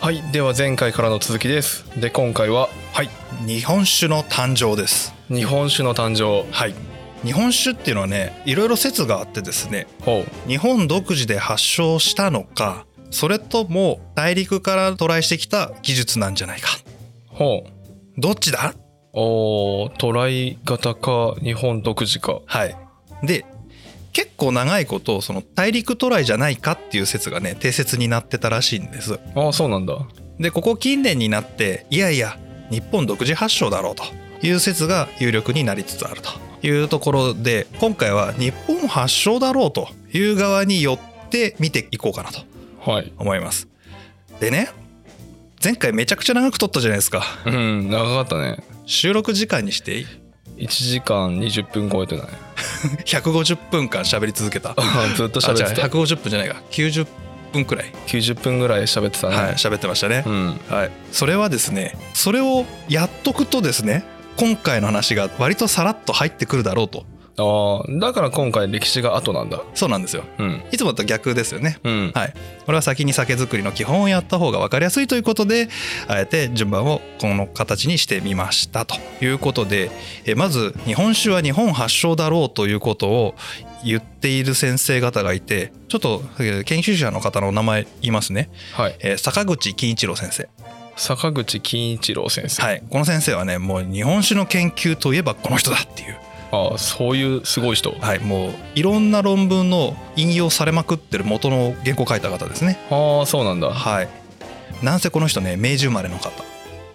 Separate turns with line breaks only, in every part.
はいでは前回からの続きですで今回は
はい日本酒の誕生です
日本酒の誕生
はい日本酒っていうのはねいろいろ説があってですね
ほ
日本独自で発祥したのかそれとも大陸から渡来してきた技術なんじゃないか
うほう
どっちだ
おートライ型か日本独自か
はいで結構長いことその大陸渡来じゃないかっていう説がね定説になってたらしいんです
ああそうなんだ
でここ近年になっていやいや日本独自発祥だろうという説が有力になりつつあるというところで今回は日本発祥だろうという側によって見ていこうかなと
はい
思いますでね前回めちゃくちゃ長く撮ったじゃないですか
うん長かったね
収録時間にして
1時間20分超えてない
150分間喋り続けた
ずっ と
あ
喋
じゃ
っ
あ
てた
150分じゃないか90分くらい
90分ぐらい喋ってたね、
はい喋ってましたね
うん
はい、それはですねそれをやっとくとですね今回の話が割とさらっと入ってくるだろうと
ああだから今回歴史が後なんだ
そうなんですよ
うん
いつもと逆ですよね
うん
はいこれは先に酒造りの基本をやった方が分かりやすいということであえて順番をこの形にしてみましたということでえまず日本酒は日本発祥だろうということを言っている先生方がいてちょっとえー研究者の方のお名前言いますね、
はい
えー坂口金一郎先生
坂口金一郎先生、
はい、この先生はねもう日本酒の研究といえばこの人だっていう、
ああそういうすごい人
はい、もういろんな論文の引用されまくってる元の原稿書いた方ですね
ああそうなんだ
はいなんせこの人ね明治生まれの方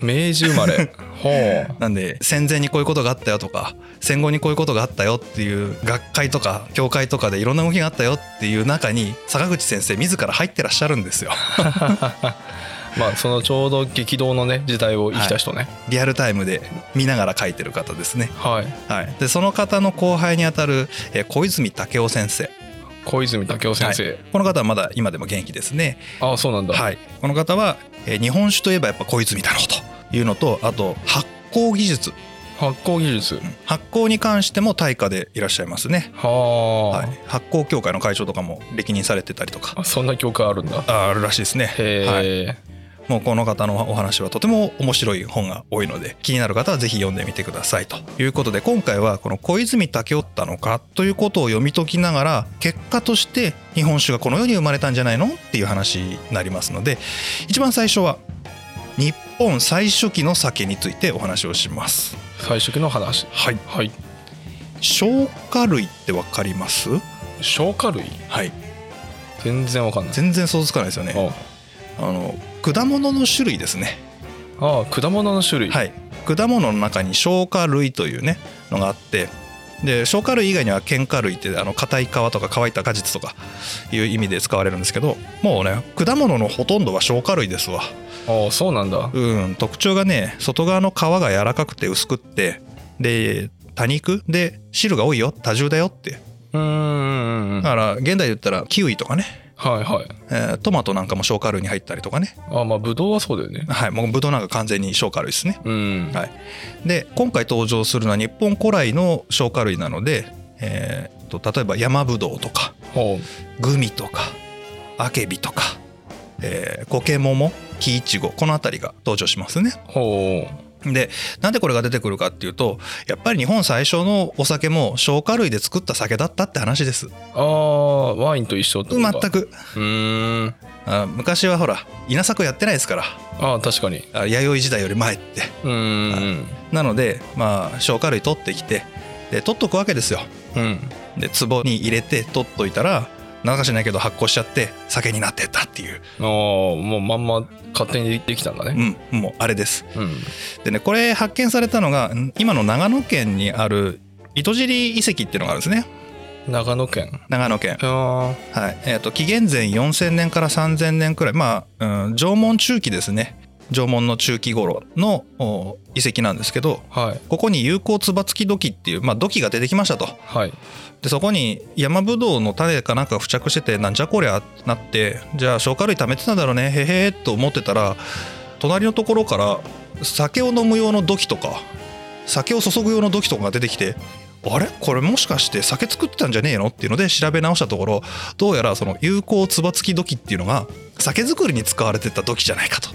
明治生ま れほう
なんで戦前にこういうことがあったよとか戦後にこういうことがあったよっていう学会とか教会とかでいろんな動きがあったよっていう中に坂口先生自ら入ってらっしゃるんですよ
まあそのちょうど激動のね時代を生きた人ね
リアルタイムで見ながら書いてる方ですね、
はい、
はい、でその方の後輩にあたるえー小泉武雄先生
小泉武雄先生、
この方はまだ今でも元気ですね。
ああそうなんだ、
はい、この方は、えー日本酒といえばやっぱ小泉だろうというのとあと発酵技術
発酵技術
うん発酵に関しても大家でいらっしゃいますね、
はあ、
はい、発酵協会の会長とかも歴任されてたりとか
あそんな教科あるんだ
ああるらしいですね、はい、
へえ、
もうこの方のお話はとても面白い本が多いので気になる方はぜひ読んでみてくださいということで今回はこの小泉武夫ったのかということを読み解きながら結果として日本酒がこの世に生まれたんじゃないのっていう話になりますので一番最初は日本最初期の酒についてお話をします
最初期の話
はい
はい
消化類ってわかります
消化類
はい
全然わかんない
全然想像つかないですよね
あ
あの果物の種類ですね
ああ果物の種類
はい、果物の中に消化類というねのがあってで消化類以外には喧化類ってあの硬い皮とか乾いた果実とかいう意味で使われるんですけどもうね果物のほとんどは消化類ですわ
ああそうなんだ
うん特徴がね外側の皮が柔らかくて薄くってで多肉で汁が多いよ多重だよって
うんうんうんうん
だ
は
から現代で言ったらキウイとかね、
いはい
えートマトなんかも消化類に入ったりとかね
ああまあぶどうはそうだよね
はいもうブドウなんか完全に消化類ですね
うん
はい、で今回登場するのは日本古来の消化類なので、えーと例えば山ぶどうとか
ほ
グミとかアケビとか、えー、コケモモキイチゴこの辺りが登場しますね
う。ほう
でなんでこれが出てくるかっていうとやっぱり日本最初のお酒も消化類で作った酒だったって話です
ああワインと一緒ってこと
全
か
く
うーん
あ昔はほら稲作やってないですから
ああ確かに
あ弥生時代より前って
うーん
なのでまあ消化類取ってきてで取っとくわけですよ
うん
で壺に入れて取っといたらなんかしないけど発酵しちゃって酒になってったっていう、
ああもうまんま勝手にできたんだね
うん、もうあれです
うん
でねこれ発見されたのがん今の長野県にある糸尻遺跡っていうのがあるんですね
長野県
長野県
あ
はいえー、と紀元前4000年から3000年くらいまあ、うん縄文中期ですね縄文の中期頃のお遺跡なんですけど
あはい
ここに有効つばつき土器っていう、まあ、土器が出てきましたと
はい
でそこに山ぶどうの種かなんかが付着しててなんじゃこりゃってなってじゃあ消化類溜めてたんだろうねへへーと思ってたら隣のところから酒を飲む用の土器とか酒を注ぐ用の土器とかが出てきてあれこれもしかして酒作ってたんじゃねえのっていうので調べ直したところどうやらその有効つばつき土器っていうのが酒造りに使われてた土器じゃないかと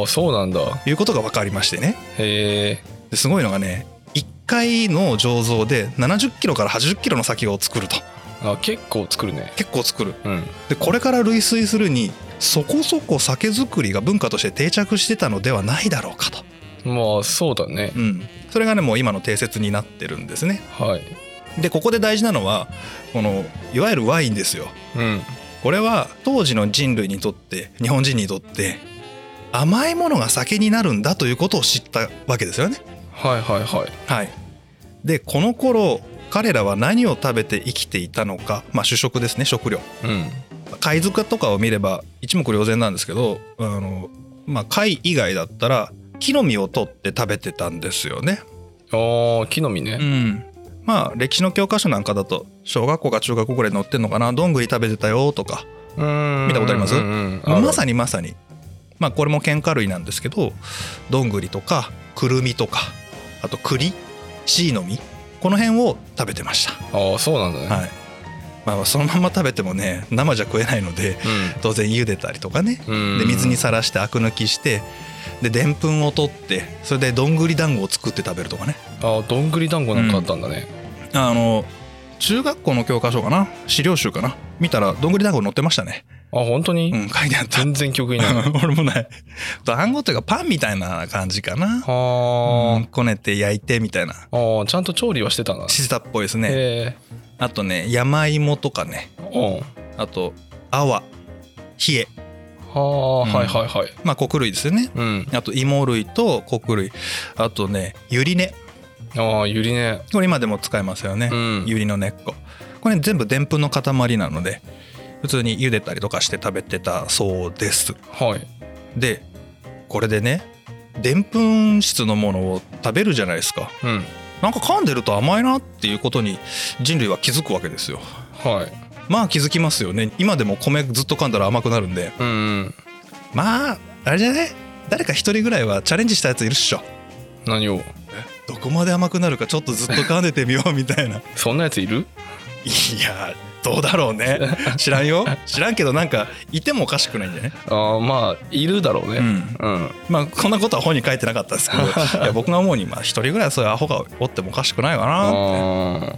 ああそうなんだ
いうことが分かりましてね
へえ
ですごいのがね1回の醸造で70キロから80キロの酒を作ると
あ結構作るね
結構作る
うん
でこれから類推するにそこそこ酒造りが文化として定着してたのではないだろうかと、
まあそうだね
うん、それがねもう今の定説になってるんですね
はい
でここで大事なのはこのいわゆるワインですよ
うん
これは当時の人類にとって日本人にとって甘いものが酒になるんだということを知ったわけですよね
はいはいはい
はいでこの頃彼らは何を食べて生きていたのかまあ主食ですね食料
うん
貝塚とかを見れば一目瞭然なんですけどあの、まあ、貝以外だったら木の実を取って食べてたんですよね。
ああ木の実
う
ね
んまあ歴史の教科書なんかだと小学校か中学校ぐらいに載ってんのかなどんぐり食べてたよとか
うん
見たことあります
うんうんうん
まさにまさにまあこれも喧嘩類なんですけどどんぐりとかくるみとかあと栗シイの実この辺を食べてまし
ああそうなんだね、
た。はいまあ、そのまま食べてもね生じゃ食えないので当然茹でたりとかね
うん、
で水にさらしてアク抜きしてででんぷんを取ってそれでどんぐり団子を作って食べるとかね
ああどんぐり団子なんかあったんだね、
あの中学校の教科書かな資料集かな見たらどんぐり団子載ってましたね
あ本当に、
うん書いてあった
全然記憶にない
俺もない団子っていうかパンみたいな感じかな
は
うんこねて焼いてみたいな
あ、ああちゃんと調理はしてたんだ
してたっぽいですね
へ
あとね山芋とかね
えうんは
あとあわ冷え
あ、
うん
はいはいはい
まあ穀類ですよね
うん
あと芋類と穀類あとねゆり根
ああゆりね
これ今でも使えますよね、
うん
ユリの根っここれ全部でんぷんの塊なので普通に茹でたりとかして食べてたそうです
はい
でこれでねでんぷん質のものを食べるじゃないですか
うん
なんか噛んでると甘いなっていうことに人類は気づくわけですよ
はい
まあ気づきますよね今でも米ずっと噛んだら甘くなるんで
うんうん
まああれじゃね誰か一人ぐらいはチャレンジしたやついるっしょ
何を
どこまで甘くなるかちょっとずっと噛んでてみようみたいな
そんなやついる
いやどうだろ うね知らんよ知らんけどなんかいてもおかしくないんじゃない、
ああまあいるだろうね
うん
うん、
まあこんなことは本に書いてなかったですけ どいや僕が思うにまあ一人ぐらいそういうアホがおってもおかしくないかなっ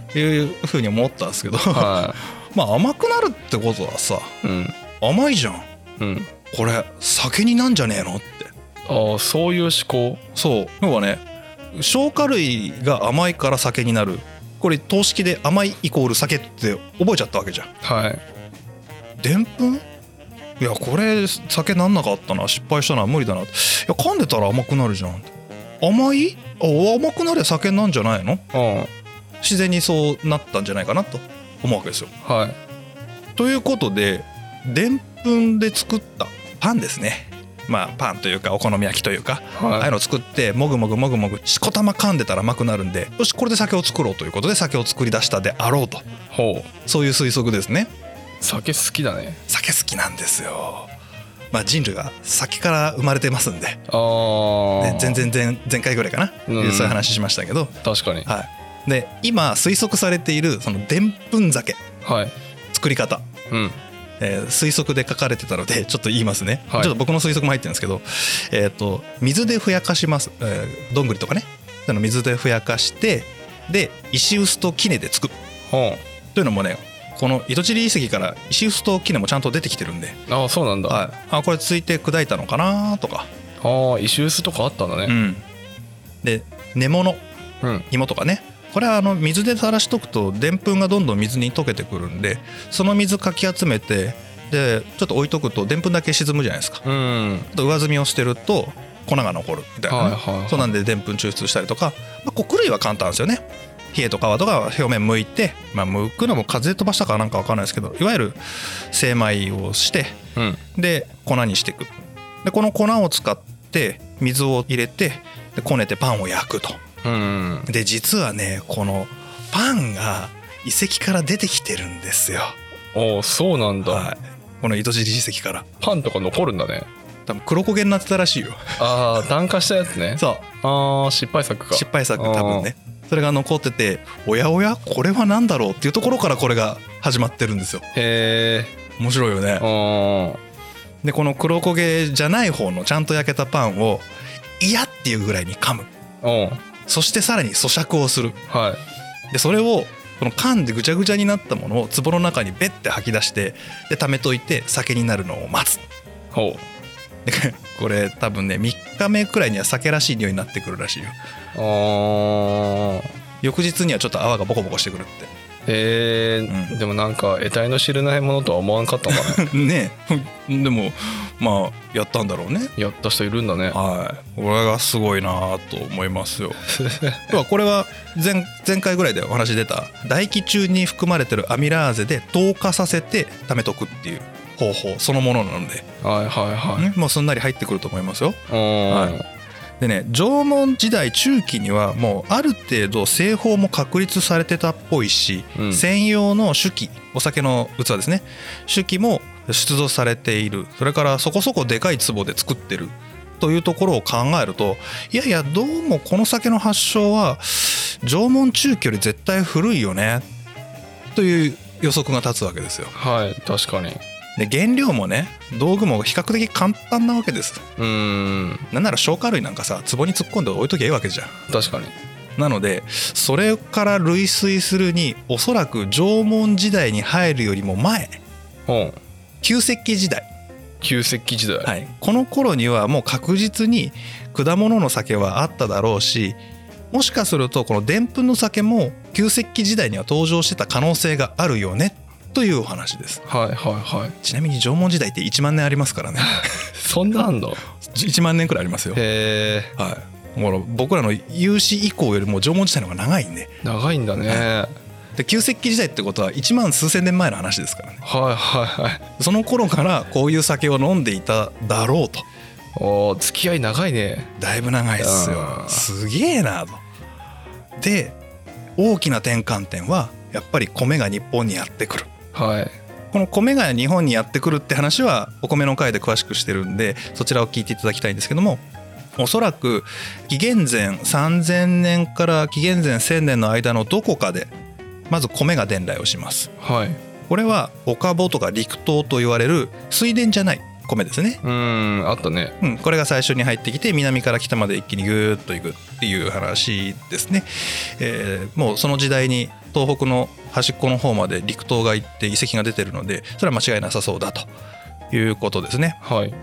あ
ていうふうに思ったんですけど
あは
まあ甘くなるってことはさ
いうん
甘いじゃん
うん
これ酒になんじゃねえのって
ああそういう思考
そう要はね消化類が甘いから酒になるこれ等式で甘いイコール酒って覚えちゃったわけじゃん
はい
でんぷんいやこれ酒なんなかったな失敗したな無理だないや噛んでたら甘くなるじゃん甘いあ甘くなりゃ酒なんじゃないの
うん
自然にそうなったんじゃないかなと思うわけですよ
はい
ということででんぷんで作ったパンですねまあパンというかお好み焼きというかああいう
はい
のを作ってもぐもぐもぐもぐしこたま噛んでたら甘くなるんでよしこれで酒を作ろうということで酒を作り出したであろうと
ほう
そういう推測ですね
酒好きだね
酒好きなんですよ。まあ人類が酒から生まれてますんで、ね
ああ
全然前前回ぐらいかな、
うん
そういう話しましたけど、
確かに
はい。で今推測されているそのでんぷん酒
はい
作り方、
うん
えー推測で書かれてたのでちょっと言いますね。
はい
ちょっと僕の推測も入ってるんですけど、えっ、と水でふやかします、えーどんぐりとかね、あの水でふやかしてで石臼と杵で作る
ほ
というのもね。この糸尻遺跡から石臼と杵もちゃんと出てきてるんで、
うああそうなんだ、
はい、あこれついて砕いたのかなとか、
ああ石臼とかあったんだ
う
ね
ん、で根物
うん、
芋とかねこれはあの水で垂らしとくとでんぷんがどんどん水に溶けてくるんでその水かき集めてでちょっと置いとくとでんぷんだけ沈むじゃないですかちょ
うん
っと上積みをしてると粉が残るみたいなね、
はいはいはい
そうなんででんぷん抽出したりとか、まあ、穀類は簡単ですよね冷えと皮とかは表面剥いて、まあ、剥くのも風で飛ばしたかなんか分かんないですけどいわゆる精米をして
うん
で粉にしていくでこの粉を使って水を入れてでこねてパンを焼くと
うん
で実はねこのパンが遺跡から出てきてるんですよ、
ああそうなんだ、
はい、この糸尻遺跡から
パンとか残るんだね
多分黒焦げになってたらしいよ
ああ炭化したやつね
そ
ああ失敗作
う
か
失敗作多分ねそれが残ってておやおやこれは何だろうっていうところからこれが始まってるんですよ
へえ
面白いよね
うん
でこの黒焦げじゃない方のちゃんと焼けたパンを嫌っていうぐらいに噛む
うん
そしてさらに咀嚼をする
はい
でそれをこの噛んでぐちゃぐちゃになったものを壺の中にベッて吐き出してで溜めといて酒になるのを待つ
ほう
でこれ多分ね3日目くらいには酒らしい匂いになってくるらしいよ
あー
翌日にはちょっと泡がボコボコしてくるって
えー
うん
でもなんか得体の知れないものとは思わんかったんだね
ねえでもまあやったんだろうね
やった人いるんだね
はいこれがすごいなと思いますよ要はこれは前前回ぐらいでお話出た唾液中に含まれてるアミラーゼで糖化させて貯めとくっていう方法そのものなので、
はいはいはい
ねもうすんなり入ってくると思いますよ
うん
はでね縄文時代中期にはもうある程度製法も確立されてたっぽいし、
うん
専用の酒器お酒の器ですね酒器も出土されているそれからそこそこでかい壺で作ってるというところを考えるといやいやどうもこの酒の発祥は縄文中期より絶対古いよねという予測が立つわけですよ。
はい確かに
で原料もね道具も比較的簡単なわけです。
うーん
なんなら消化類なんかさ壺に突っ込んで置いときゃいいわけじゃん。
確かに
なのでそれから類推するにおそらく縄文時代に入るよりも前
うん
旧石器時代、
旧石器時代、
はい、この頃にはもう確実に果物の酒はあっただろうしもしかするとこのでんぷんの酒も旧石器時代には登場してた可能性があるよねというお話です
はい、はいはい
ちなみに縄文時代って1万年あります からね
そんなあんだ
1万年くらいありますよ
へえ
はいもう僕らの有史以降よりも縄文時代の方が長いんで
長いんだね
で旧石器時代ってことは1万数千年前の話ですからね
はいはいはい
その頃からこういう酒を飲んでいただろうと
おー付き合い長いね
だいぶ長いっすよ
うん
すげえなとで大きな転換点はやっぱり米が日本にやってくる
はい
この米が日本にやってくるって話はお米の回で詳しくしてるんでそちらを聞いていただきたいんですけどもおそらく紀元前3000年から紀元前1000年の間のどこかでまず米が伝来をします
はい
これは岡穂とか陸糖と言われる水田じゃない米ですね
うーんあったね
うん、これが最初に入ってきて南から北まで一気にぐーっといくっていう話ですね、えーもうその時代に東北の端っこの方まで陸島が行って遺跡が出てるのでそれは間違いなさそうだということですね
はい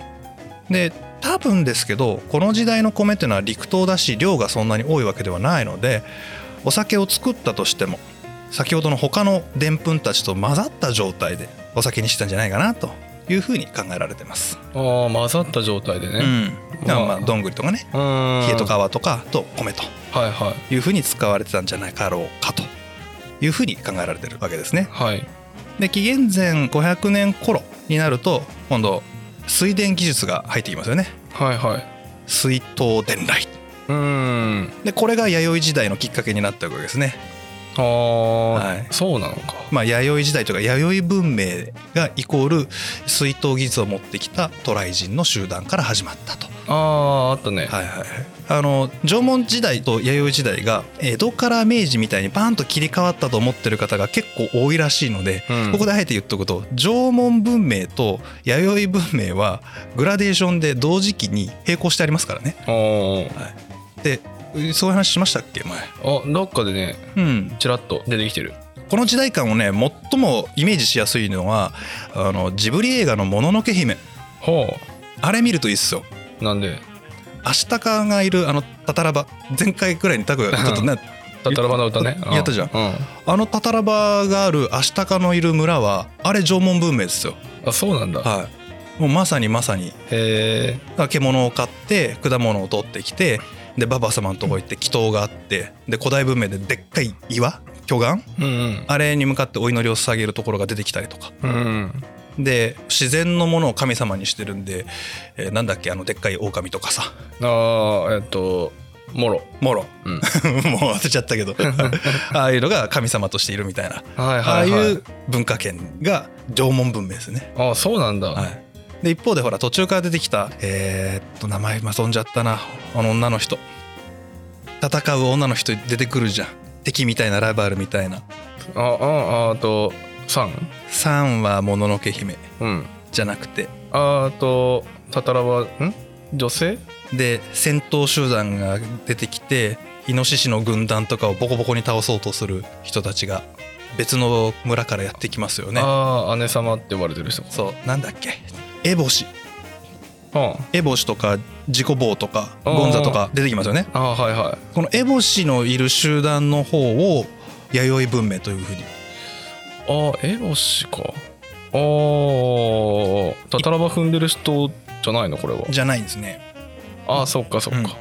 で多分ですけどこの時代の米っていうのは陸島だし量がそんなに多いわけではないのでお酒を作ったとしても先ほどの他のでんぷんたちと混ざった状態でお酒にしたんじゃないかなというふうに考えられてます。
あー混ざった状態で
う
ね
ん、まあまあどんぐりとかね
うーん
冷えと川とかと米と
はいはい
いうふうに使われてたんじゃないかろうかというふうに考えられてるわけですね。
はい
で紀元前500年頃になると今度水田技術が入ってきますよね
はいはい
水筒伝来
うーん
でこれが弥生時代のきっかけになったわけですね。
あー、
はい
そうなのか
まあ、弥生時代とか弥生文明がイコール水筒技術を持ってきた渡来人の集団から始まったと。
あーあったね
はいはいはい、あの縄文時代と弥生時代が江戸から明治みたいにバーンと切り替わったと思ってる方が結構多いらしいので、
うん
ここであえて言っとくと縄文文明と弥生文明はグラデーションで同時期に並行してありますからね。
おー
でそういう話しましたっけ前、
あどっかでね
うん、
ちらっと出てきてる
この時代感をね最もイメージしやすいのはあのジブリ映画の「もののけ姫
ほ」
あれ見るといいっすよ。
うなんで
アシタカがいるあのタタラバ前回くらいにタクがちょ っとね
タタラバの歌ね
やったじゃん
うんうん
あのタタラバがあるアシタカのいる村はあれ縄文文明ですよ。
あそうなんだ
はい。もうまさにまさに
へえ
獣を飼って果物を取ってきてでババ様のとこ行って祈祷があってで古代文明ででっかい岩巨岩
うんうん
あれに向かってお祈りを捧げるところが出てきたりとか
うん
で自然のものを神様にしてるんで、えーなんだっけあのでっかい狼とかさ
ああえっともろ
もろ
うん
もう当てちゃった けどああいうのが神様としているみたいな
はい
あ
は
あ
い
い
はいう
文化圏が縄文文明ですね。
あそうなんだ、
はい、で一方でほら途中から出てきたえーっと名前今飛んじゃったなあの女の人戦う女の人出てくるじゃん敵みたいなライバルみたいな
ああああとさん
3はもののけ姫
うん
じゃなくて
あーとタタラはん女性
で戦闘集団が出てきてイノシシの軍団とかをボコボコに倒そうとする人たちが別の村からやってきますよね
ああ姉様って呼ばれてる人
そうなんだっけエボシ
うん
エボシとかジコボウとかゴンザとか出てきますよね
ああはいは
このエボシのいる集団の方を弥生文明というふうに
いああエロシかあータタラバ踏んでる人じゃないのこれは
じゃないんですね
ああそっかそっか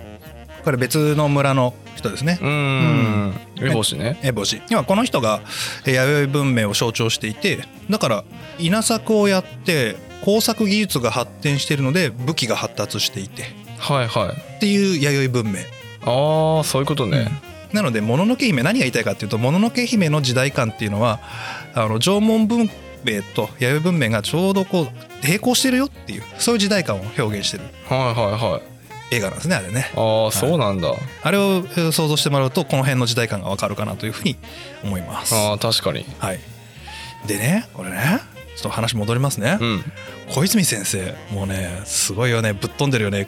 これ別の村の人ですね
うーんんエボシね
エボシ今この人がえー弥生文明を象徴していてだから稲作をやって工作技術が発展しているので武器が発達していて
はいはい
っていう弥生文明
ああそういうことね、
なので「もののけ姫」何が言いたいかっていうと「もののけ姫」の時代感っていうのはあの縄文文明と弥生文明がちょうどこう並行してるよっていうそういう時代感を表現してる
はいはいはい
映画なんですねあれね
ああそうなんだ、
あれをえー想像してもらうとこの辺の時代感がわかるかなというふうに思います
ああ確かに
はい、でねこれねちょっと話戻りますね、
うん
小泉先生もうねすごいよねぶっ飛んでるよね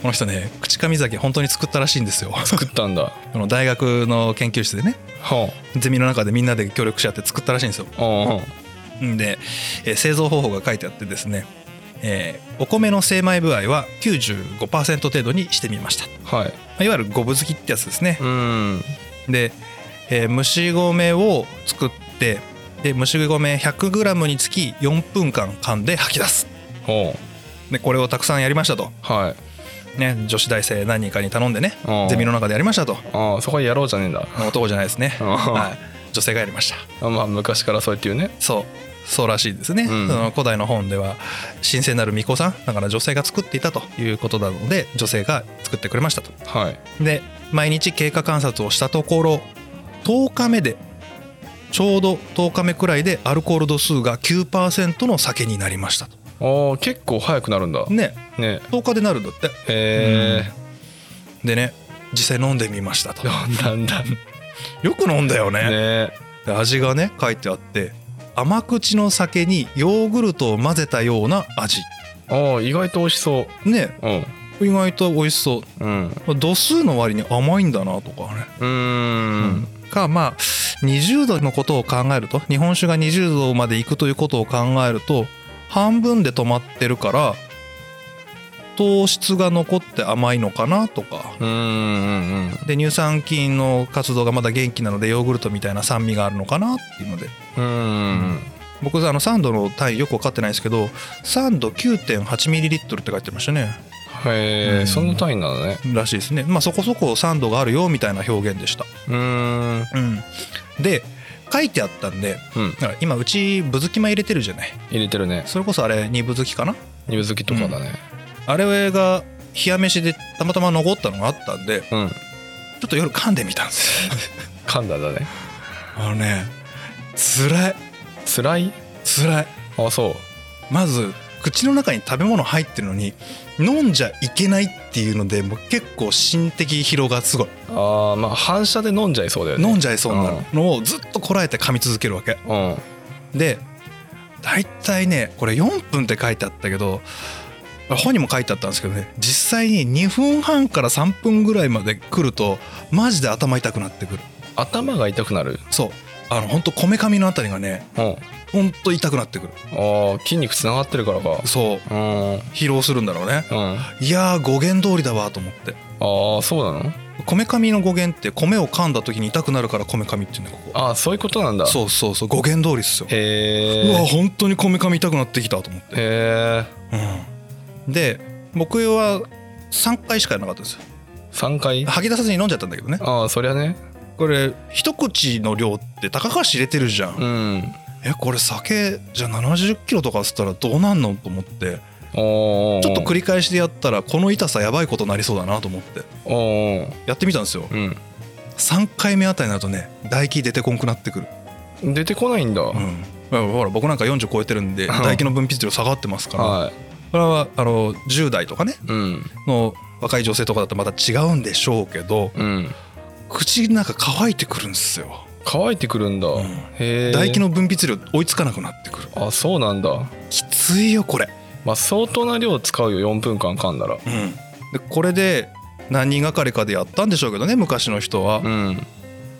この人ね口上酒本当に作ったらしいんですよ
作ったんだ
この大学の研究室でね
は
ゼミの中でみんなで協力し合って作ったらしいんですよ
あうんうん
んで、えー製造方法が書いてあってですね、えーお米の精米具合は95%程度にしてみましたま
はい
あいわゆる五分付きってやつですね
うん
で、えー蒸し米を作ってで蒸し米 100g につき4分間噛んで吐き出す
ほ
でこれをたくさんやりましたと、
うはい
ね、女子大生何人かに頼んでね
うん
ゼミの中でやりましたと
ああそこはやろうじゃねえんだ
男じゃないですね、
うん
はい、女性がやりました
まあ昔からそうやって言うね
そうそうらしいですね、
うん
その古代の本では神聖なる巫女さんだから女性が作っていたということなので女性が作ってくれましたと
はい
で毎日経過観察をしたところ10日目でちょうど10日目くらいでアルコール度数が9%の酒になりましたと
ああ結構早くなるんだね
ね10日でなるんだって
へえ
でね実際飲んでみましたと
飲んだんだね
よく飲んだよね
え
で味がね書いてあって甘口の酒にヨーグルトを混ぜたような味
ああ意外と美味しそ
ね
ううん
意外と美味しそ
うんう
う度数の割に甘いんだなとかね
ーん
かまあ20度のことを考えると日本酒が20度までいくということを考えると半分で止まってるから糖質が残って甘いのかなとか
うんうんうん
で乳酸菌の活動がまだ元気なのでヨーグルトみたいな酸味があるのかなっていうので
うん
僕あのサンドの単位よく分かってないんですけどサンド 9.8ml って書いてましたね
へ
う
え
ん
その単位なのね
らしいですねまあそこそこサンドがあるよみたいな表現でした
うーんうん
うんで書いてあったんでだから今うちぶずきま入れてるじゃない
入れてるね
それこそあれ二分付きかな
二分好きとかだね
あれが冷や飯でたまたま残ったのがあったんで
うん
ちょっと夜噛んでみたんですよ
噛んだんだね
あのね辛い
辛い
辛い
あそう
まず口の中に食べ物入ってるのに飲んじゃいけないっていうのでもう結構心的疲労がすごい
ああまあ反射で飲んじゃいそうだよね
飲んじゃいそうになるのをずっとこらえて噛み続けるわけ
うん
で大体ねこれ4分って書いてあったけど本にも書いてあったんですけどね実際に2分半から3分ぐらいまで来るとマジで頭痛くなってくる
頭が痛くなる
そうあのほんとこめかみのあたりがね
うん
ほんと痛くなってくる
ああ筋肉つながってるからか
そう
うんうん
疲労するんだろうね
あ
いやー語源通りだわと思って
あそうなの
こめかみの語源って米を噛んだ時に痛くなるからこめかみっていうのここ
ああそういうことなんだ
そうそうそう語源通りっすよ
へ
うわ
え
本当にこめかみ痛くなってきたと思って、
へえ
うん、で僕は3回しかやらなかったですよ
3回
吐き出さずに飲んじゃったんだけどね
ああそりゃね
これ一口の量って高橋入れてるじゃん、
うん
えこれ酒じゃあ70キロとかっつったらどうなんのと思って
おー
ちょっと繰り返しでやったらこの痛さやばいことになりそうだなと思って
おー
やってみたんですよ
うん
3回目あたりになるとね唾液出てこんくなってくる
出てこないんだ
うん、ほら僕なんか40超えてるんで
うん
唾液の分泌量下がってますから、
は
これはあの10代とかね
いうん
の若い女性とかだとまた違うんでしょうけど
うん
口の中乾いてくるんですよ
乾いてくるんだ
うん
へえ
唾液の分泌量追いつかなくなってくる
あそうなんだ
きついよこれ
まあ相当な量使うよ4分間噛んだら
うん、でこれで何人がかりかでやったんでしょうけどね昔の人は
うん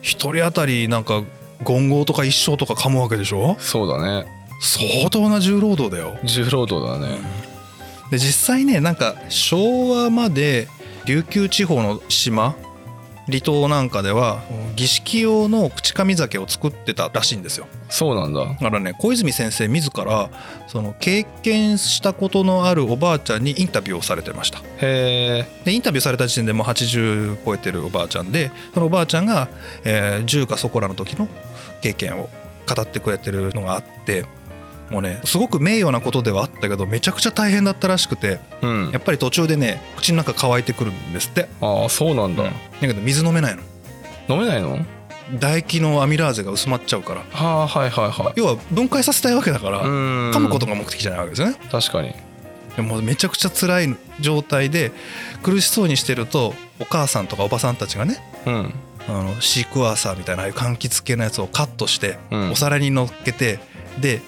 一、人当たりなんか言語とか一生とか噛むわけでしょ
そうだね
相当な重労働だよ
重労働だね
で実際ねなんか昭和まで琉球地方の島離島なんかでは儀式用の口上酒を作ってたらしいんですよ
そうなんだ
だからね小泉先生自らその経験したことのあるおばあちゃんにインタビューをされてました
へえ
でインタビューされた時点でもう80超えてるおばあちゃんでそのおばあちゃんが、えー10かそこらの時の経験を語ってくれてるのがあってもうねすごく名誉なことではあったけどめちゃくちゃ大変だったらしくて
うん
やっぱり途中でね口の中乾いてくるんですって
ああそうなんだ、
だけど水飲めないの
飲めないの
唾液のアミラーゼが薄まっちゃうから
はあはいはいはい
要は分解させたいわけだから
うん
噛むことが目的じゃないわけですよね
確かに
でもうめちゃくちゃ辛い状態で苦しそうにしてるとお母さんとかおばさんたちがね
うん
あのシークワーサーみたいなああいう柑橘系のやつをカットして、
うん
お皿に乗っけてで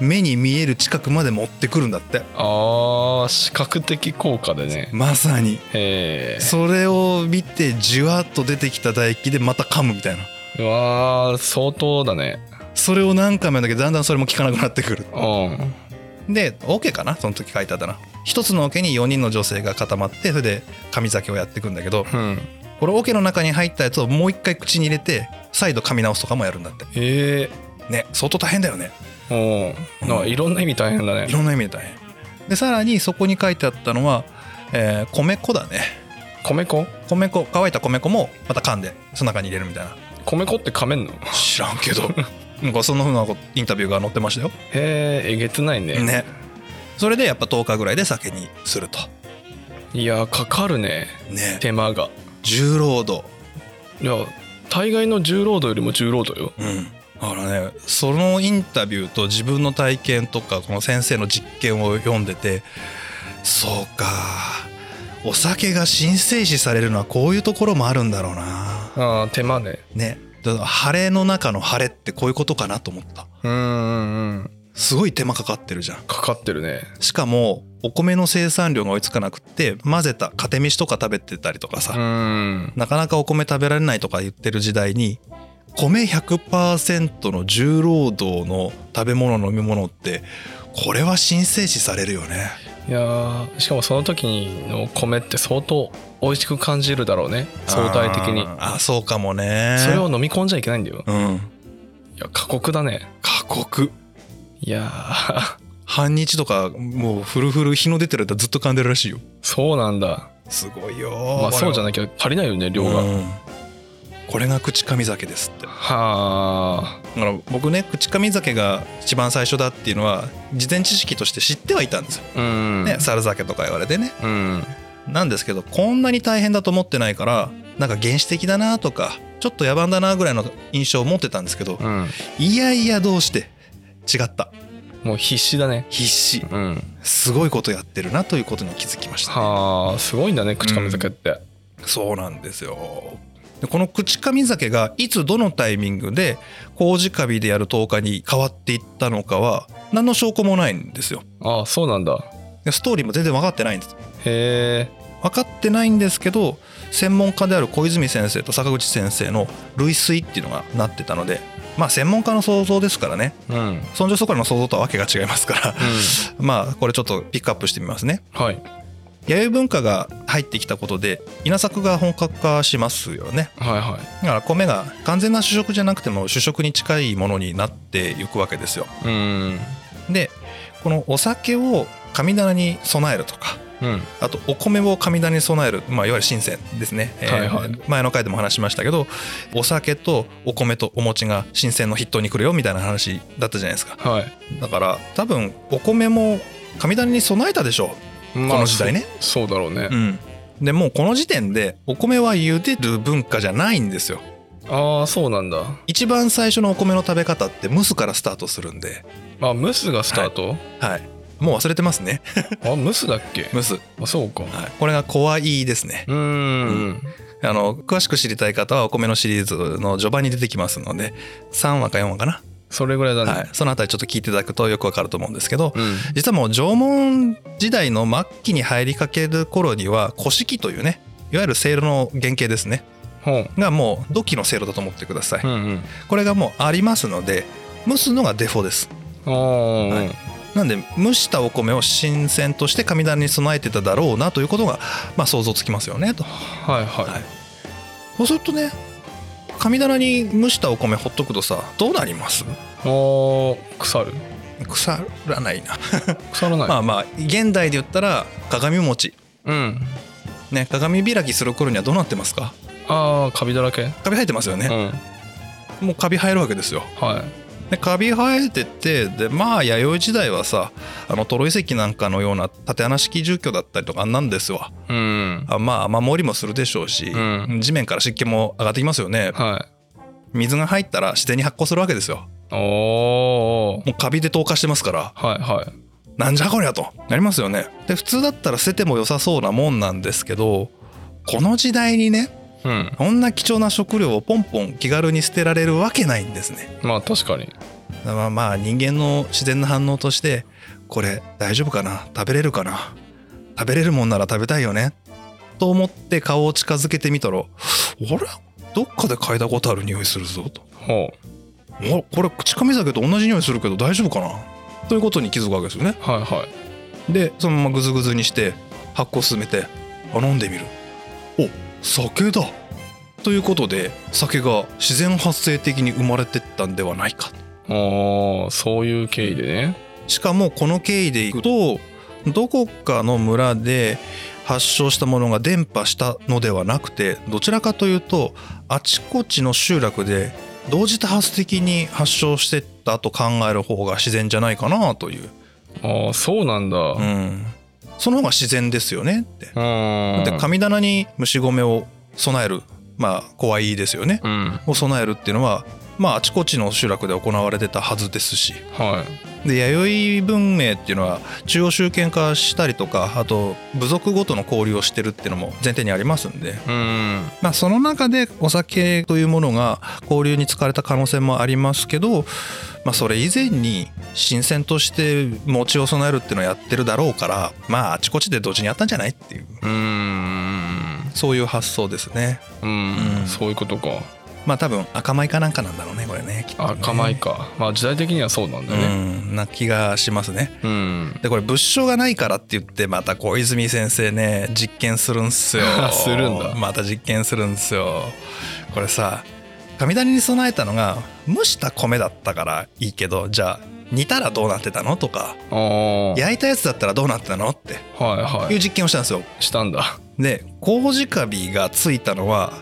目に見える近くまで持ってくるんだって
あー視覚的効果でね
まさに
へ
それを見てじわっと出てきた唾液でまた噛むみたいな
えうわー相当だね
それを何回もやんだけどだんだんそれも効かなくなってくる
うん
でオ、ケかなその時書いてあったな一つのオケに4人の女性が固まってそれで紙酒をやっていくんだけど
うん
これオケの中に入ったやつをもう一回口に入れて再度噛み直すとかもやるんだって
え
ね相当大変だよね
えうんなんかいろんな意味大変だね
いろんな意味で大変でさらにそこに書いてあったのは、えー米粉だね
米粉
米粉乾いた米粉もまた噛んでその中に入れるみたいな
米粉って噛めんの
知らん けどなんかそんなふうなことインタビューが載ってましたよ
へええげつないね
ねそれでやっぱ10日ぐらいで酒にすると
いやーかかるね
ね
手間が
重労働
いや大概の重労働よりも重労働よ
うんだからねそのインタビューと自分の体験とかこの先生の実験を読んでてそうかお酒が神聖視されるのはこういうところもあるんだろうな
ああ手間ね
ねだから晴れの中の晴れってこういうことかなと思った
うんうんうん
すごい手間かかってるじゃん
かかってるね
しかもお米の生産量が追いつかなくって混ぜたかて飯とか食べてたりとかさ、
うん
なかなかお米食べられないとか言ってる時代に米100%の重労働の食べ物飲み物ってこれは神聖視されるよね
いやーしかもその時の米って相当美味しく感じるだろうね相対的に
あーあそうかもね
それを飲み込んじゃいけないんだよ
うん
いや過酷だね
過酷
いやー
半日とかもうフルフル日の出てる間ずっと噛んでるらしいよ
そうなんだ
すごいよ
まあそうじゃ
な
な
い
きゃ足りないよね量がは
うんこれが口上酒ですってだ
あ
から僕ね口上酒が一番最初だっていうのは事前知識として知ってはいたんですよ、
うん
ね猿酒とか言われてね
うん
なんですけどこんなに大変だと思ってないからなんか原始的だなとかちょっと野蛮だなぐらいの印象を持ってたんですけど
うん
いやいやどうして違った
もう必死だね
必死
うん
すごいことやってるなということに気づきました、
はあすごいんだね口かみ酒って
そうなんですよでこの口上酒がいつどのタイミングで麹カビでやる10日に変わっていったのかは何の証拠もないんですよ
ああそうなんだ
でストーリーも全然分かってないんです
へえ
分かってないんですけど専門家である小泉先生と坂口先生の類推っていうのがなってたのでまあ専門家の想像ですからね
うんうん
そんじょそこらの想像とはわけが違いますからまあこれちょっとピックアップしてみますね
はい
弥生文化が入ってきたことで稲作が本格化しますよね
はいは
だから米が完全な主食じゃなくても主食に近いものになっていくわけですよ
いうん
でこのお酒を神棚に備えるとか
うん
あとお米を神棚に備える、まあ、いわゆる神仙ですね、えー
はいはい
前の回でも話しましたけどお酒とお米とお餅が神仙の筆頭に来るよみたいな話だったじゃないですか
はい
だから多分お米も神棚に備えたでしょ
こ
この時代ね
そうだろうね
う、うんでもうこの時点でお米は茹でる文化じゃないんですよ
ああそうなんだ
一番最初のお米の食べ方って蒸すからスタートするんで
あムスがスタート、
はいもう忘れてますね
あムスだっけ
蒸す、は
あそうか
い、これが怖いですね
うー
うんあの詳しく知りたい方はお米のシリーズの序盤に出てきますので3話か4話かな
それぐらいだね、
はい、そのあたりちょっと聞いていただくとよくわかると思うんですけど、
うん
実はもう縄文時代の末期に入りかける頃には古式というねいわゆるせいろの原型ですね
ほう
がもう土器のせいろだと思ってください、
うんうん
これがもうありますので蒸すのがデフォです
あー、
はいなんで蒸したお米を新鮮として神棚に備えてただろうなということがまあ想像つきますよねと
はいはい、
はいそうするとね神棚に蒸したお米ほっとくとさどうなります
おー腐る
腐らないな、
腐らない、
まあまあ現代で言ったら鏡餅
うん
ね鏡開きする頃にはどうなってますか
ああカビだらけ、
カビ生えてますよ
う
ね、
ん
もうカビ生えるわけですよ
はい
でカビ生えててでまあ弥生時代はさあのトロ遺跡なんかのような縦穴式住居だったりとかあんなんですわ
うん
あまあ雨漏りもするでしょうし、
うん
地面から湿気も上がってきますよね
は
水が入ったら自然に発酵するわけですよ
いおー
もうカビで透過してますから
はいはい
なんじゃこりゃとなりますよねで普通だったら捨てても良さそうなもんなんですけどこの時代にね
うん
こんな貴重な食料をポンポン気軽に捨てられるわけないんですね
まあ確かに
まあまあ人間の自然な反応としてこれ大丈夫かな食べれるかな食べれるもんなら食べたいよねと思って顔を近づけてみたら「あれどっかで嗅いだことある匂いするぞ」と
ほ
「おこれ口上酒と同じ匂いするけど大丈夫かな?」ということに気づくわけですよね
うはいはい
でそのままグズグズにして発酵進めてあ飲んでみるお酒だということで酒が自然発生的に生まれてったんではないか
ああそういう経緯でね
しかもこの経緯でいくとどこかの村で発症したものが伝播したのではなくてどちらかというとあちこちの集落で同時多発的に発症してったと考える方が自然じゃないかなという、
ああそうなんだう
うんん、その方が自然ですよねってで
う
神棚に虫米を備えるまあ怖いですよね
ん
を備えるっていうのはまああちこちの集落で行われてたはずですし
はい
で弥生文明っていうのは中央集権化したりとかあと部族ごとの交流をしてるっていうのも前提にありますんで、
うん
まあ、その中でお酒というものが交流に使われた可能性もありますけど、まあ、それ以前に新鮮として餅を備えるっていうのをやってるだろうからまああちこちで同時にやったんじゃないっていう
うん
そういう発想ですね。
うん、
うん
そういうことか
まあ多分赤米かなんかなんだろうねこれねきっとね
赤米か、まあ時代的にはそうなんだよね
うんな気がしますね
うん、
でこれ物証がないからって言ってまた小泉先生ね実験するんすよ
するんだ
また実験するんすよこれさ神谷に備えたのが蒸した米だったからいいけどじゃあ煮たらどうなってたのとか
ああはい
焼いたやつだったらどうなってたのって
は
いう実験をしたんですよ
いしたんだ
で麹カビがついたのは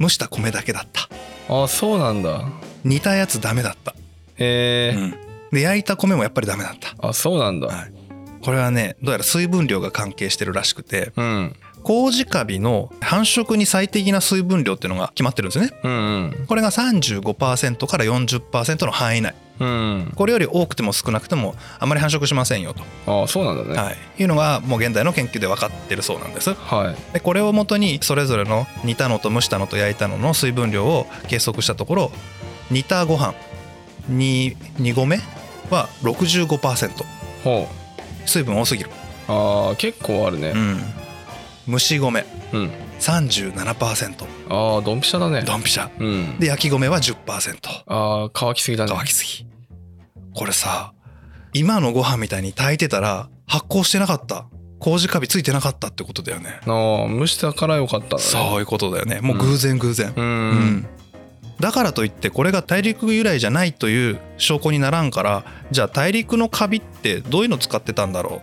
蒸した米だけだった
ああそうなんだ
煮たやつダメだった
えー
で焼いた米もやっぱりダメだった
あそうなんだ、
はいこれはねどうやら水分量が関係してるらしくて
うん
麹カビの繁殖に最適な水分量っていうのが決まってるんですよね
うんうん
これが35%から40%の範囲内
うん
これより多くても少なくてもあまり繁殖しませんよと、
ああそうなんだね
はい、いうのがもう現代の研究で分かってるそうなんです
はい、
でこれをもとにそれぞれの煮たのと蒸したのと焼いたのの水分量を計測したところ煮たご飯に2合目は65%
ほう
水分多すぎる
ああ結構あるね
うん、蒸し米
うん、
37%
ああドンピシャだね
ドンピシャ
うん
で焼き米は10%
ああ乾きすぎだね
乾きすぎこれさ今のご飯みたいに炊いてたら発酵してなかった麹カビついてなかったってことだよね
ああ蒸したからよかったんだね
そういうことだよねもう偶然偶然
う、
うんん、だからといってこれが大陸由来じゃないという証拠にならんからじゃあ大陸のカビってどういうの使ってたんだろう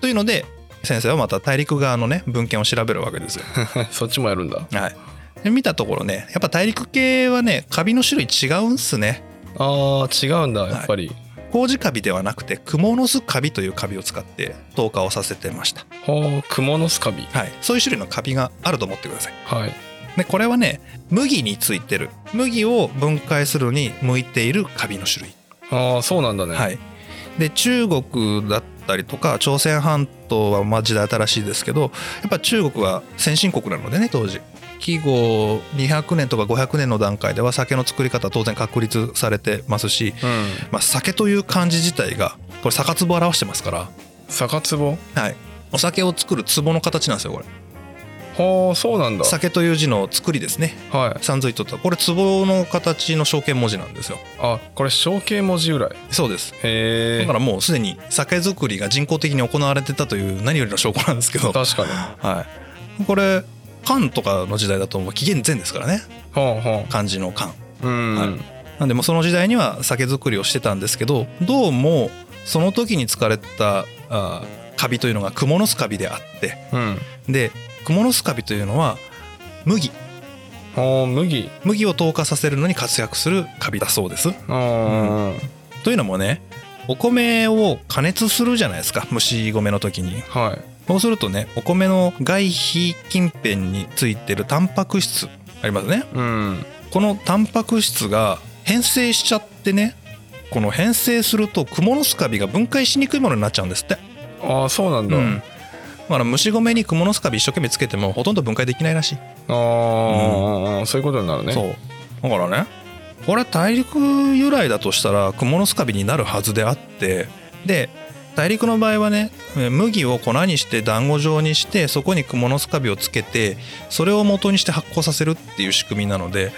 というので先生はまた大陸側のね文献を調べるわけですよ
そっちもやるんだ
はい、で見たところねやっぱ大陸系はねカビの種類違うんすね
ああ違うんだやっぱり、
麹カビではなくてクモの巣カビというカビを使って透過をさせてました、
ほうクモの巣カビ
はい、そういう種類のカビがあると思ってください
はい
でこれはね麦についてる麦を分解するのに向いているカビの種類、
ああそうなんだね、
はい、で中国だったりとか朝鮮半島はまあ時代新しいですけどやっぱ中国は先進国なのでね当時紀後200年とか500年の段階では酒の作り方は当然確立されてますし、
うん
まあ、酒という漢字自体がこれ酒壺を表してますか
酒壺
ら、はい、お酒を作る壺の形なんですよこれ
はあそうなんだ
酒という字の作りですね
はい
さんずいとったこれ壺の形の象形文字なんですよ
あこれ象形文字由来
そうです
へ
だか
え
らもうすでに酒造りが人工的に行われてたという何よりの証拠なんですけど、
確かには
はい、これ漢とかの時代だともう紀元前ですからね
あは
漢字の漢
あうん、
はいなんでもうその時代には酒造りをしてたんですけどどうもその時に使われたあーカビというのがクモの巣カビであって
うん
でクモの巣カビというのは麦
ああ麦
麦を透過させるのに活躍するカビだそうです
ああ、
というのもねお米を加熱するじゃないですか蒸し米の時に
はい
そうするとねお米の外皮近辺についてるタンパク質ありますね
うん
このタンパク質が変性しちゃってねこの変性するとクモのスカビが分解しにくいものになっちゃうんですって、
ああそうなんだ、
だから虫米にクモのスカビ一生懸命つけてもほとんど分解できないらしい、
ああ、そういうことになるね
そうだからねこれは大陸由来だとしたらクモのスカビになるはずであってで大陸の場合はねえー麦を粉にして団子状にしてそこにクモのスカビをつけてそれを元にして発酵させるっていう仕組みなので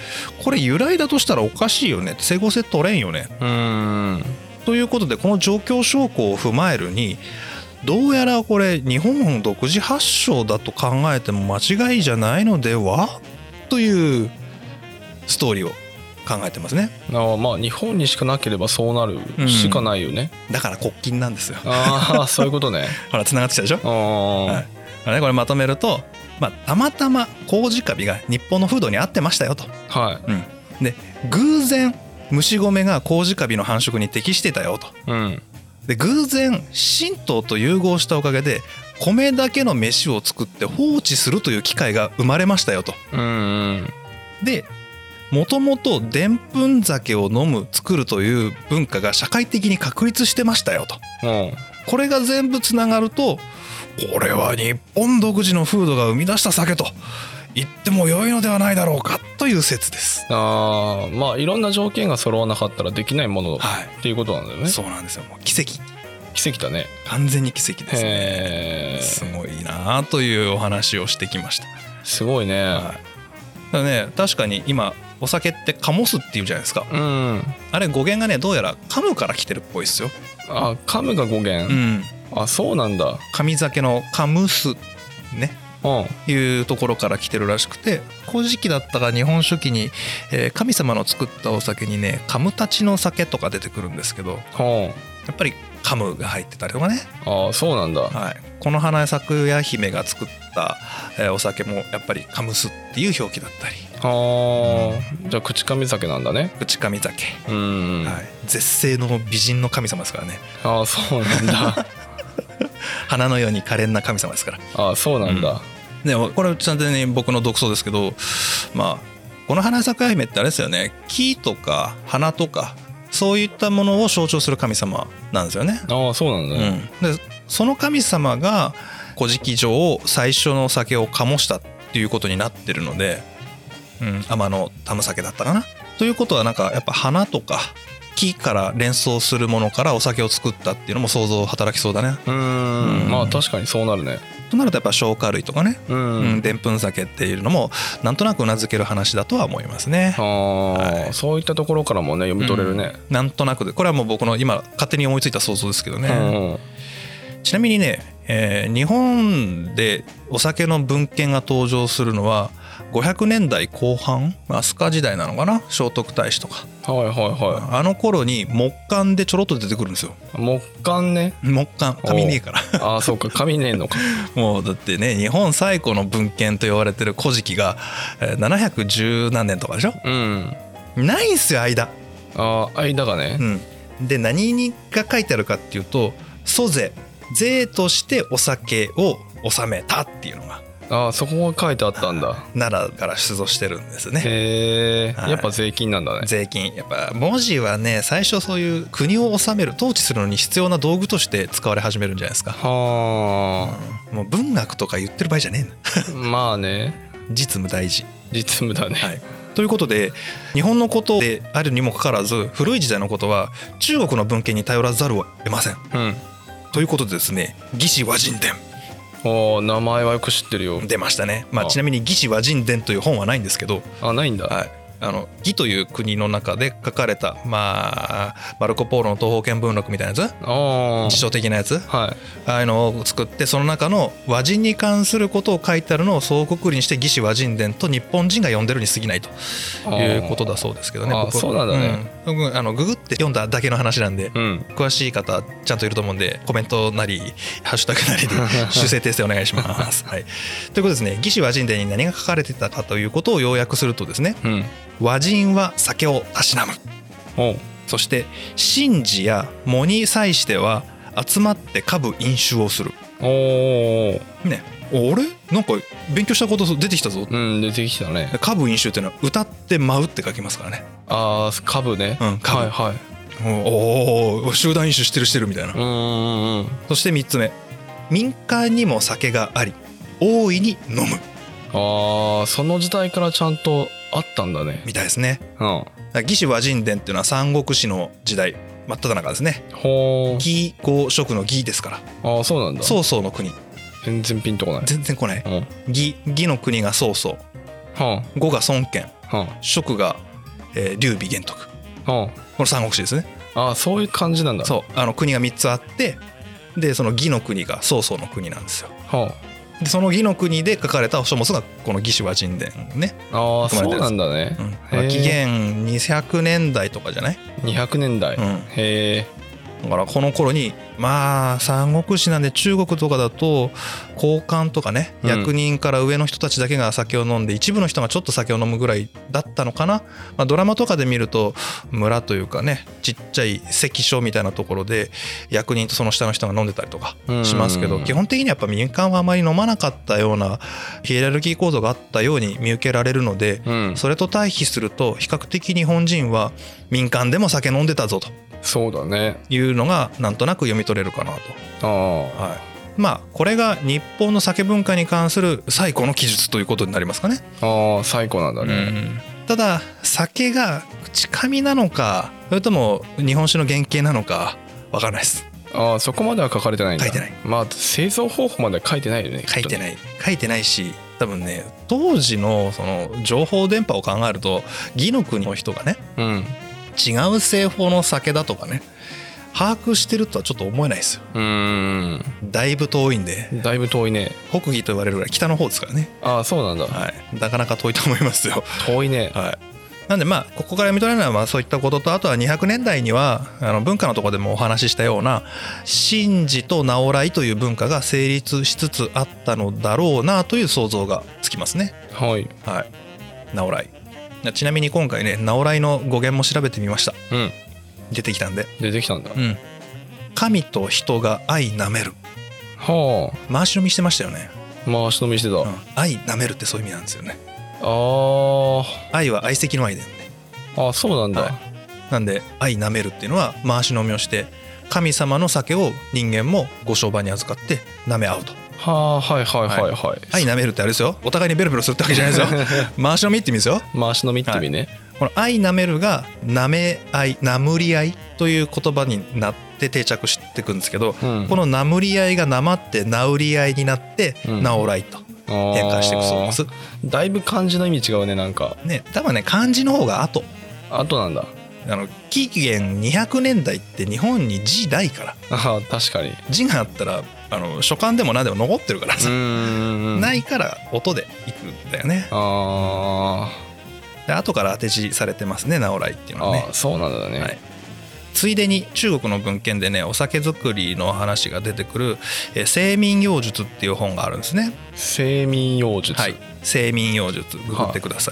これ由来だとしたらおかしいよね整合性取れんよね
うん
ということでこの状況証拠を踏まえるにどうやらこれ日本独自発祥だと考えても間違いじゃないのではというストーリーを考えてますね
ああまあ日本にしかなければそうな
う
る
ん
しかないよね、
だから国金なんですよ
ああそういうことね
ほら繋がってきたでしょだか
ああ、
はいらねこれまとめると、まあ、たまたま麹カビが日本の風土に合ってましたよと
はい
で偶然虫米が麹カビの繁殖に適してたよと
うん
で偶然神道と融合したおかげで米だけの飯を作って放置するという機会が生まれましたよと。
うんうん
でもともとでんぷん酒を飲む作るという文化が社会的に確立してましたよと。
うん
これが全部つながるとこれは日本独自の風土が生み出した酒と言っても良いのではないだろうかという説です。
ああまあいろんな条件が揃わなかったらできないものっ
は
ていうことなんだよね
い、そうなんですよもう奇跡
奇跡だね
完全に奇跡ですね。
へえ
すごいなあというお話をしてきました。
すごいね、
はい、だからね確かに今お酒って「かもす」っていうじゃないですか
うん
あれ語源がねどうやら「噛む」から来てるっぽいですよ、
あ噛むが語源、
ん、
あそうなんだ
神酒の「かむす」ね
うん
いうところから来てるらしくて「古事記」だったか「日本書紀に」えー神様の作ったお酒にね「かむたちの酒」とか出てくるんですけど
うん
やっぱり「かむ」が入ってたりとかね、
ああそうなんだ
はい、この花咲夜姫が作った、えーお酒もやっぱり「かむす」っていう表記だったり
はあじゃあ口噛み酒なんだね
「内神酒」
うん、
はい、絶世の美人の神様ですからね
ああそうなん だ
花のように可憐な神様ですから
ああそうなんだ、
でもこれちゃんとね僕の独奏ですけどまあこの花咲姫ってあれですよね木とか花とかそういったものを象徴する神様なんですよね。
ああそうなん
う
だ
ん、
ね、
でその神様が「古事記上」最初の酒を醸したっていうことになってるので、うん、天の玉酒だったかな。ということはなんかやっぱ花とか木から連想するものからお酒を作ったっていうのも想像働きそうだね。
うーん
うん
まあ確かにそうなるね
となるとやっぱ消化類とかね
うん、
うんでんぷん酒っていうのもなんとなくうなずける話だとは思いますね。
ああ、そういったところからもね読み取れるね、
なんとなくでこれはもう僕の今勝手に思いついた想像ですけど
う
ね。
ん
ちなみにね、えー日本でお酒の文献が登場するのは500年代後半飛鳥時代なのかな聖徳太子とか
はいはいは
あの頃に木簡でちょろっと出てくるんですよ
い木簡ね
木簡紙ねえから
ああそうか紙ねえのか
もうだってね日本最古の文献と言われてる古事記がえー710何年とかでしょ
うん
ないんすよ間
ああ間がね、
うん、で何にが書いてあるかっていうと「租税」税としてお酒を納めたっていうのが
ああそこが書いてあったんだ
奈良から出土してるんですね。
へえ、
はい
やっぱ税金なんだね
税金やっぱ文字はね最初そういう国を治める統治するのに必要な道具として使われ始めるんじゃないですか
は
もう文学とか言ってる場合じゃねえ
あ
んだ
まあね
実務大事。
実務だね、
はいということで日本のことであるにもかかわらず古い時代のことは中国の文献に頼らざるを得ません。
うん
ということでですね「魏志和人伝
おー名前はよく知ってるよ」
出ましたね、まあ、
あ
ちなみに「魏志和人伝」という本はないんですけど、
あないんだ、
はい、あの魏という国の中で書かれたまあマルコ・ポーロの東方見文録みたいなやつ
あ
辞
あ
書的なやつ
はい
ああいうのを作ってその中の和人に関することを書いてあるのを総括りにして「魏志和人伝」と日本人が読んでるに過ぎないと
あー
いうことだそうですけどね。
あー
ここ
そうなんだね、
うん僕あのググって読んだだけの話なんで
うん
詳しい方ちゃんといると思うんでコメントなりハッシュタグなりで修正訂正お願いします。はい、ということですね「魏志和人伝」に何が書かれてたかということを要約するとですね
うん
「和人は酒をたしなむ」
おう
そして「神事や喪に際しては集まって下部飲酒をする
おー」
ねあれなんか勉強したこと出てきたぞ。
うん出てきたね
下部飲酒っていうのは歌って舞うって書きますからね。
ああ株ね、
うん株
はいはい
おお集団飲酒してるしてるみたいな
う。んうんうん
そして3つ目民間にも酒があり大いに飲む
ああその時代からちゃんとあったんだね
みたいですね
うん
魏志和人伝っていうのは三国志の時代真っ只中ですね
ほー
魏五色の魏ですから
ああそうなんだ
曹操の国
全然ピンとこない
全然来ない
うん
魏魏の国が曹操
は
五が孫権
あは
色が、えー劉備玄徳こ
あは
の三国志ですね
あああそういう感じなんだ
そうあの国が3つあってでその魏の国が曹操の国なんですよ
は
でその魏の国で書かれた書物がこの魏志和人伝ね、
ああーそ
含まれ
う
てる
なんだね
うん
へー
紀元200年代とかじゃない
200年代
うん
へえ
だからこの頃にまあ三国志なんで中国とかだと高官とかね
うん
役人から上の人たちだけが酒を飲んで一部の人がちょっと酒を飲むぐらいだったのかな、まあ、ドラマとかで見ると村というかねちっちゃい関所みたいなところで役人とその下の人が飲んでたりとかしますけど
うん
基本的にはやっぱ民間はあまり飲まなかったようなヒエラルキー構造があったように見受けられるので
うん
それと対比すると比較的日本人は民間でも酒飲んでたぞと。
そうだね
いうのがなんとなく読み取れるかな
あ
と、
あ
まあこれが日本の酒文化に関する最古の記述ということになりますかね。
ああ最高なんだね
ただ酒が口紙なのかそれとも日本酒の原型なのかわからないです
ああそこまでは書かれてないんだ
書いてない
まあ製造方法までは書いてないよね
書いて
い
ない書いてないし多分ね当時のその情報電波を考えると義の国の人がね
うん
違う製法の酒だとかね把握してるとはちょっと思えないですよ
うー
だいぶ遠いんで
んだいぶ遠いね
北義と言われるぐらい北の方ですからね
ああそうなんだ
はい、なかなか遠いと思いますよ。
遠いね
はいなんでまあここから読み取れるのはまあそういったこととあとは200年代にはあの文化のところでもお話ししたような神事と直来という文化が成立しつつあったのだろうなという想像がつきますね。
はい
はい、直来ちなみに今回ね直来の語源も調べてみました
うん
出てきたんで、
出てきたんだ
うん、神と人が愛なめる
は
回し読みしてましたよね、
あ回し飲みしてた、
うん
あ、
愛なめるってそういう意味なんですよね
ー
愛は愛席の愛だよね
ああそうなんだ、
はいなんで「愛なめる」っていうのは回し飲みをして神様の酒を人間もご商売に預かって舐め合うと
はあはいはいはいはい、
「愛なめる」ってあれですよお互いにベロベロするってわけじゃないですよ 回し飲みって意味ですよ
回し飲みって意味ね、
この「愛なめる」が「なめ合い」「なむり合い」という言葉になって定着していくんですけど、
うん
この「なむり合い」がなまって「なうり合い」になって「
うん
なおらい」と変化していくそうです、
だいぶ漢字の意味違うねなんか
ね多分ね漢字の方が後
あとなんだ
あの紀元200年代って日本に字ないから
あー確かに
字があったらあの書簡でも何でも残ってるから
う
さ、
ーん
ないから音でいくんだよね
あ
で後から当て字されてますね直来っていう
ー
のは
あ
ね
ーそうなんだね、
はいついでに中国の文献でねお酒造りの話が出てくる「えー清民謡術」っていう本があるんですね
清民謡術、
はい清民謡術ググってくださ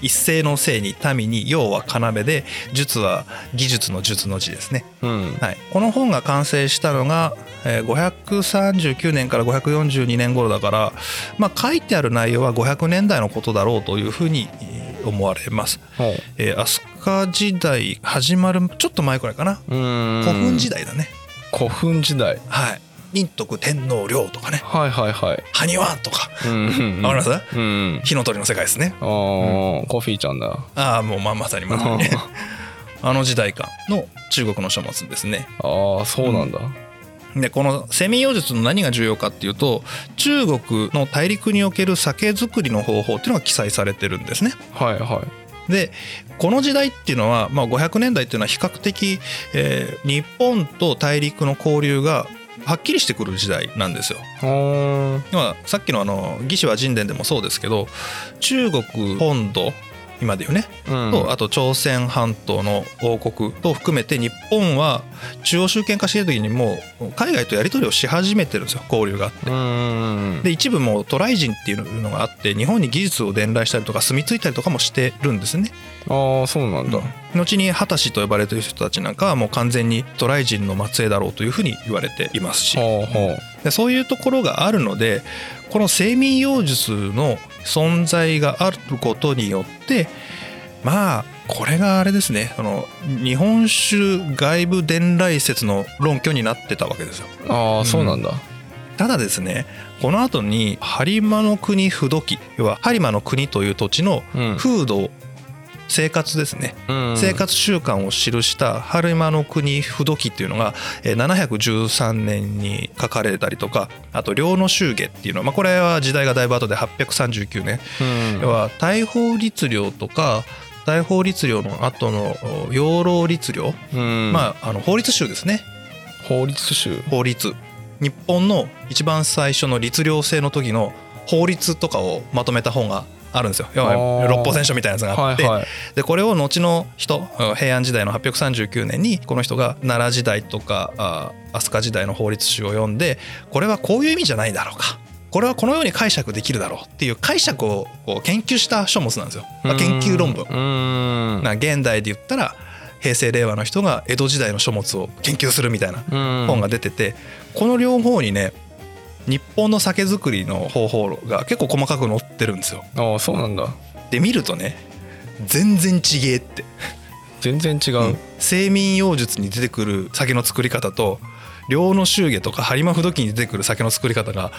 い、一斉の姓に民に謡は要で術は技術の術の字ですね
うん
はい、この本が完成したのがえー539年から542年頃だから、まあ、書いてある内容は500年代のことだろうというふうにえー思われます。
ほう
えー飛鳥時代始まるちょっと前くらいかな
うーん
古墳時代だね。
古墳時代
はい仁徳天皇陵とかね
はいはいはい。
埴輪とか
うんうんうん。
わかります
うん。
火の鳥の世界ですね
ああ、コフィーちゃんだ。
ああもうまあまさにまさに ねあの時代間の中国の書物ですね
ああ、そうなんだ。
でこのセミ妖術の何が重要かっていうと中国の大陸における酒造りの方法っていうのが記載されてるんですね
はいはい。
でこの時代っていうのは、まあ、500年代っていうのは比較的、えー日本と大陸の交流がはっきりしてくる時代なんですよ。
あー
まあさっきのあの「魏志倭人伝」でもそうですけど中国本土今でいうね、
うん。
とあと朝鮮半島の王国と含めて日本は中央集権化してる時にもう海外とやり取りをし始めてるんですよ交流があっ
う
て。
んうんうん。
で一部もう渡来人っていうのがあって日本に技術を伝来したりとか住み着いたりとかもしてるんですね。
ああ、そうなんだ。
後に秦氏と呼ばれている人たちなんかはもう完全に渡来人の末裔だろうというふうに言われていますし
ほうほう。
でそういうところがあるのでこの生民妖術の存在があることによってまあこれがあれですねその日本酒外部伝来説の論拠になってたわけですよ。
ああ、そうなんだ。
ただですねこの後に播磨の国不土記要は播磨の国という土地の
うん。
風土生活ですね
うん
生。活習慣を記した「春間の国不土記」っていうのがえー713年に書かれたりとかあと「両の祝儀」っていうのは、まあ、これは時代がだいぶ後で839年
うん。
要は大法律令とか大法律令の後のお養老律令、
うん。あ、
まああの法律宗ですね
法律集。
法律日本の一番最初の律令制の時の法律とかをまとめた本があるんですよ要
あ
は
ー
六法全書みたいなやつがあっ
はい
て、
はい。
でこれを後の人平安時代の839年にこの人が奈良時代とかあ飛鳥時代の法律集を読んでこれはこういう意味じゃないだろうかこれはこのように解釈できるだろうっていう解釈をこう研究した書物なんですよ、まあ研究論文
文
な現代で言ったら平成令和の人が江戸時代の書物を研究するみたいな本
本
が出ててこの両方にね日本の酒造りの方法が結構細かく載ってるんですよ。
ああそうなんだ
で見るとね全然ちげえって
全然違う、
清民妖術に出てくる酒の作り方と両の祝儀とか播磨不動記に出てくる酒の作り方が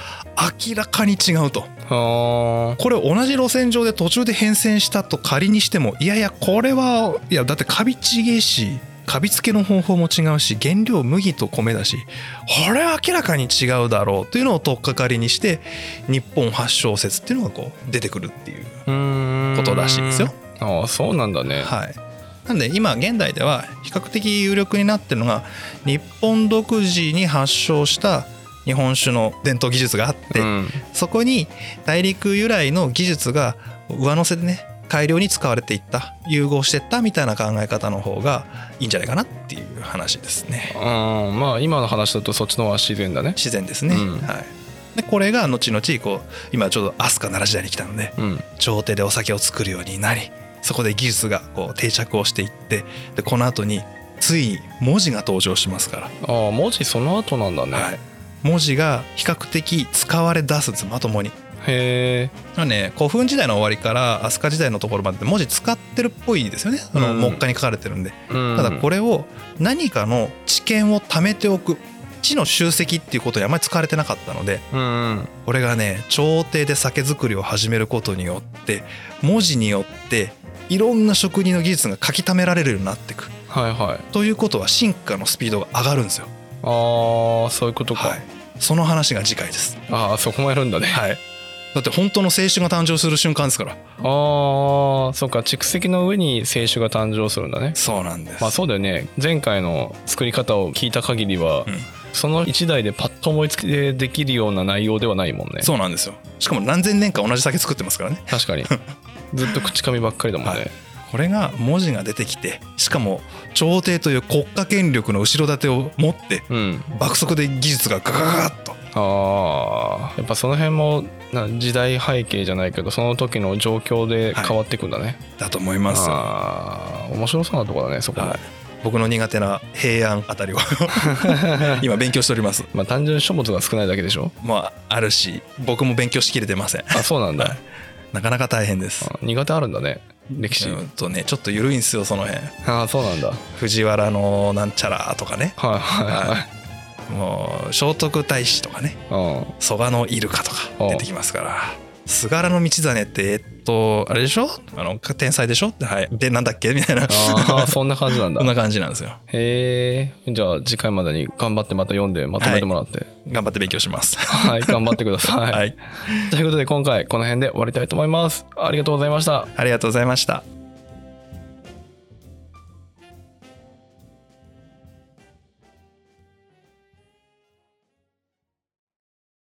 明らかに違うと
あ
これ同じ路線上で途中で変遷したと仮にしてもいやいやこれはいやだってカビちげえしカビ付けの方法も違うし原料麦と米だしこれは明らかに違うだろうというのを取っかかりにして日本発祥説っていうのがこう出てくるっていう
あうん
ことらしいですよ
ああそうなんだね
はい、なんで今現代では比較的有力になってるのが日本独自に発祥した日本酒の伝統技術があって、
うん
そこに大陸由来の技術が上乗せでね改良に使われていった融合していったみたいな考え方の方がいいんじゃないかなっていう話ですね
うんまあ今の話だとそっちの方が自然だね
自然ですね、
うん
はいでこれが後々こう今ちょうど飛鳥奈良時代に来たので
うん
朝廷でお酒を作るようになりそこで技術がこう定着をしていってでこの後についに文字が登場しますか
ああ文字その後なんだね、
ら、はい、文字が比較的使われ出すんですまともに。
へ
まあね、古墳時代の終わりから飛鳥時代のところまで文字使ってるっぽいですよねあの
うん
木下に書かれてるんで、
え、うん、
ただこ
れ
れを何かの知見を貯めておく知の集積っていうことにあまり使われてなかったので
うん
これがね朝廷で酒造りを始めることによって文字によっていろんな職人の技術が書き溜められるようになっていく
はいはい
ということは進化のスピードが上がるんですよ。
ああそういうことか、
はい、その話が次回です。
ああそこもやるんだね、
はい、だって本当の青春が誕生する瞬間ですから。
ああそうか蓄積の上に清酒が誕生するんだね
そうなんです。
まあそうだよね前回の作り方を聞いた限りは、
うん
その1台でパッと思いつきでできるような内容ではないもんね
そうなんですよ。しかも何千年間同じ酒作ってますからね。
確 かにずっと口紙ばっかりだもんね、
はいこれが文字が出てきてしかも朝廷という国家権力の後ろ盾を持って
うん
爆速で技術がガガガガッと
ああやっぱその辺もな時代背景じゃないけどその時の状況で変わってくんだね、
だと思います。
ああ面白そうなとこだねそこも、
はい、僕の苦手な平安あたりを 今勉強しております
まあ単純に書物が少ないだけでしょ
まああるし僕も勉強しきれてません
あそうなんだ、
はいなかなか大変です
あ苦手あるんだね歴史、
うんとねちょっと緩いんですよその辺
ああそうなんだはい
藤原のなんちゃらとかね
はいはい、
はもう聖徳太子とかね
あ
蘇我のイルカとか
ああ
出てきますから菅原道真ってえっとあれでしょあの天才でしょってはいでなんだっけみたいな
あーそんな感じなんだ
そんな感じなんですよ
へえじゃあ次回までに頑張ってまた読んでまとめてもらって
頑張って勉強します
はい、頑張ってください、
はい
ということで今回この辺で終わりたいと思いますありがとうございました
ありがとうございました